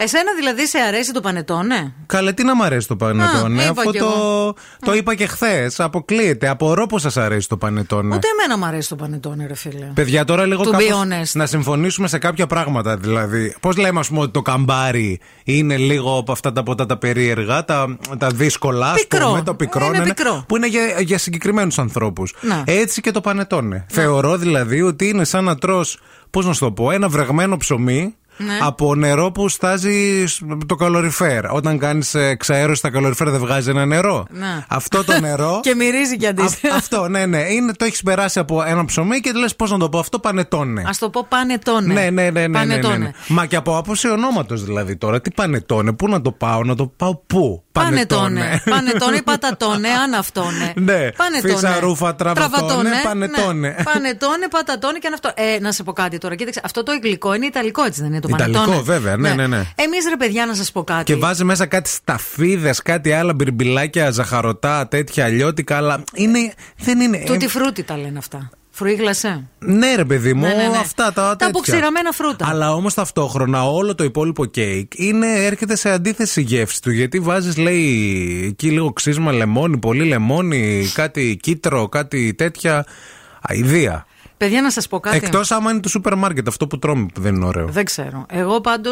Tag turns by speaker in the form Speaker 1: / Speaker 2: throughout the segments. Speaker 1: Εσένα δηλαδή σε αρέσει το πανετόνε.
Speaker 2: Καλέ, τι να μ' αρέσει το πανετόνε.
Speaker 1: Α, είπα
Speaker 2: Αυτό
Speaker 1: κι
Speaker 2: το,
Speaker 1: εγώ.
Speaker 2: το είπα και χθες. Αποκλείεται. Απορώ που σας αρέσει το πανετόνε.
Speaker 1: Ούτε εμένα μου αρέσει το πανετόνε, ρε φίλε.
Speaker 2: Παιδιά, τώρα λίγο
Speaker 1: To be
Speaker 2: κάπως
Speaker 1: honest.
Speaker 2: να συμφωνήσουμε σε κάποια πράγματα. Δηλαδή, πώς λέμε, ας πούμε, ότι το καμπάρι είναι λίγο από αυτά τα ποτά τα περίεργα, τα, τα δύσκολα. ας
Speaker 1: Πικρό. Ε,
Speaker 2: Πούμε, το πικρό,
Speaker 1: Είναι
Speaker 2: ναι, ναι,
Speaker 1: πικρό. Ναι.
Speaker 2: Που είναι για, για συγκεκριμένους ανθρώπους.
Speaker 1: Να.
Speaker 2: Έτσι και το πανετόνε.
Speaker 1: Ναι.
Speaker 2: Θεωρώ δηλαδή ότι είναι σαν να τρώ, πώς να σου το πω, ένα βρεγμένο ψωμί.
Speaker 1: Ναι.
Speaker 2: Από νερό που στάζει σ- το καλοριφέρ. Όταν κάνεις εξαέρωση, τα καλοριφέρ δεν βγάζει ένα νερό.
Speaker 1: Ναι.
Speaker 2: Αυτό το νερό.
Speaker 1: και μυρίζει κι αντίστοιχα.
Speaker 2: Α- αυτό, ναι, ναι. Είναι, το έχεις περάσει από ένα ψωμί και λες πώς να το πω αυτό, πανετόνε.
Speaker 1: Ας το πω πανετόνε.
Speaker 2: Ναι, ναι, ναι, ναι, ναι, ναι,
Speaker 1: Πανετόνε.
Speaker 2: ναι. Μα και από άποψη ονόματος δηλαδή τώρα. Τι πανετόνε, πού να το πάω, να το πάω πού.
Speaker 1: Πανετόνε. Πανετόνε, πατατόνε, αναυτόνε.
Speaker 2: Ναι.
Speaker 1: Πανετόνε.
Speaker 2: Φυσαρούφα, τραβατόνε,
Speaker 1: Τραβατόνε,
Speaker 2: πανετόνε.
Speaker 1: ναι. Πανετόνε, πατατόνε και αναυτό. Ε, να σε πω κάτι τώρα. Κοίταξε, αυτό το γλυκό είναι ιταλικό, έτσι δεν είναι το
Speaker 2: Ιταλικό,
Speaker 1: πανετόνε.
Speaker 2: βέβαια, ναι, ναι, ναι.
Speaker 1: Εμείς ρε παιδιά, να σας πω κάτι.
Speaker 2: Και βάζει μέσα κάτι σταφίδες, κάτι άλλα μπιρμπιλάκια, ζαχαρωτά, τέτοια αλλιώτικα. Αλλά είναι. Δεν είναι. ε,
Speaker 1: Τούτη φρούτη τα λένε αυτά. Φρουίγλασε.
Speaker 2: Ναι, ρε παιδί μου,
Speaker 1: Ναι, ναι, ναι.
Speaker 2: αυτά τα.
Speaker 1: Τα
Speaker 2: τέτοια.
Speaker 1: αποξηραμένα φρούτα.
Speaker 2: Αλλά όμως ταυτόχρονα όλο το υπόλοιπο κέικ είναι, έρχεται σε αντίθεση η γεύση του. Γιατί βάζεις, λέει, εκεί λίγο ξύσμα λεμόνι, πολύ λεμόνι, κάτι κύτταρο, κάτι τέτοια. Αιδία.
Speaker 1: Παιδιά, να σας πω κάτι.
Speaker 2: Εκτός άμα είναι το σούπερ μάρκετ, αυτό που τρώμε που δεν είναι ωραίο.
Speaker 1: Δεν ξέρω. Εγώ πάντως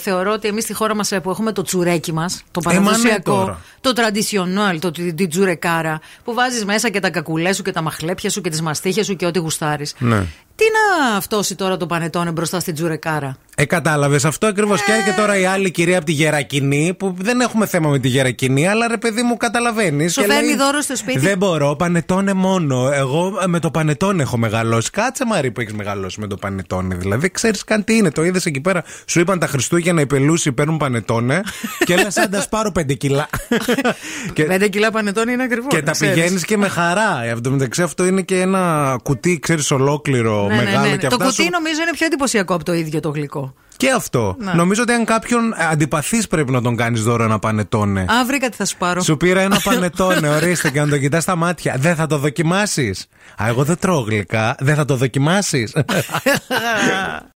Speaker 1: θεωρώ ότι εμείς στη χώρα μας που έχουμε το τσουρέκι μας, το
Speaker 2: Ε, μα ναι
Speaker 1: παραδοσιακό,
Speaker 2: τώρα.
Speaker 1: το traditional, το, την την τσουρεκάρα, που βάζεις μέσα και τα κακουλέ σου και τα μαχλέπια σου και τις μαστίχες σου και ό,τι γουστάρεις.
Speaker 2: Ναι.
Speaker 1: Τι να φτώσει τώρα το πανετόνε μπροστά στην τσουρεκάρα.
Speaker 2: Ε, κατάλαβες αυτό ακριβώς. Και έρχεται τώρα η άλλη κυρία από τη Γερακινή, που δεν έχουμε θέμα με τη Γερακινή, αλλά ρε παιδί μου, καταλαβαίνεις.
Speaker 1: Σου φέρνει δώρο στο σπίτι.
Speaker 2: Δεν μπορώ, πανετόνε μόνο. Εγώ ε, με το πανετόν έχω μεγαλώσει. Κάτσε Μαρή που έχεις μεγαλώσει με το πανετόνε. Δηλαδή, ξέρεις καν τι είναι. Το είδες εκεί πέρα. Σου είπαν τα Χριστούγεννα οι πελούσοι παίρνουν πανετόνε. και λες, αν τα σπάρω πέντε κιλά. και,
Speaker 1: Πέντε κιλά πανετόνι είναι ακριβό.
Speaker 2: και τα πηγαίνεις και με χαρά. Ε, Από το μεταξύ, αυτό είναι και ένα κουτί, ξέρεις, ολόκληρο
Speaker 1: ναι, ναι,
Speaker 2: μεγάλο.
Speaker 1: ναι, ναι.
Speaker 2: Και
Speaker 1: Το
Speaker 2: αυτά
Speaker 1: κουτί
Speaker 2: σου-
Speaker 1: νομίζω είναι πιο εντυπωσιακό από το ίδιο το γλυκό.
Speaker 2: και αυτό. Νομίζω ότι αν κάποιον αντιπαθείς πρέπει να τον κάνεις δώρο ένα πανετόνε.
Speaker 1: Αύριο κάτι θα σου πάρω.
Speaker 2: Ναι. Σου πήρα ένα πανετόνε, ορίστε, και να τον κοιτάς στα μάτια. Δεν θα το δοκιμάσεις. Α, εγώ δεν τρώω γλυκά. Δεν θα το δοκιμάσεις.